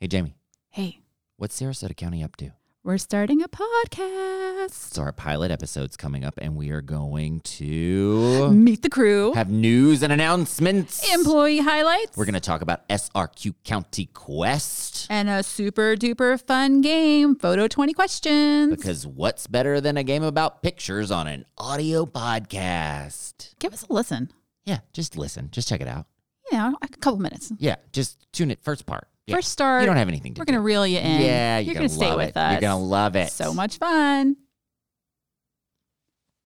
Hey, Jamie, Hey, what's Sarasota County up to? we're starting a podcast. So, our pilot episode's coming up, and we are going to Meet the crew, have news and announcements. employee highlights, We're going to talk about SRQ County Quest and a super duper fun game, photo 20 questions. because what's better than a game about pictures on an audio podcast? Give us a listen. Yeah, just listen, just check it out. You know, a couple minutes. Yeah, just tune it first part. Yeah. First start, you don't have anything to we're do. going to reel you in. Yeah, you're, you're, going to stay love with it. us. You're gonna love it So much fun.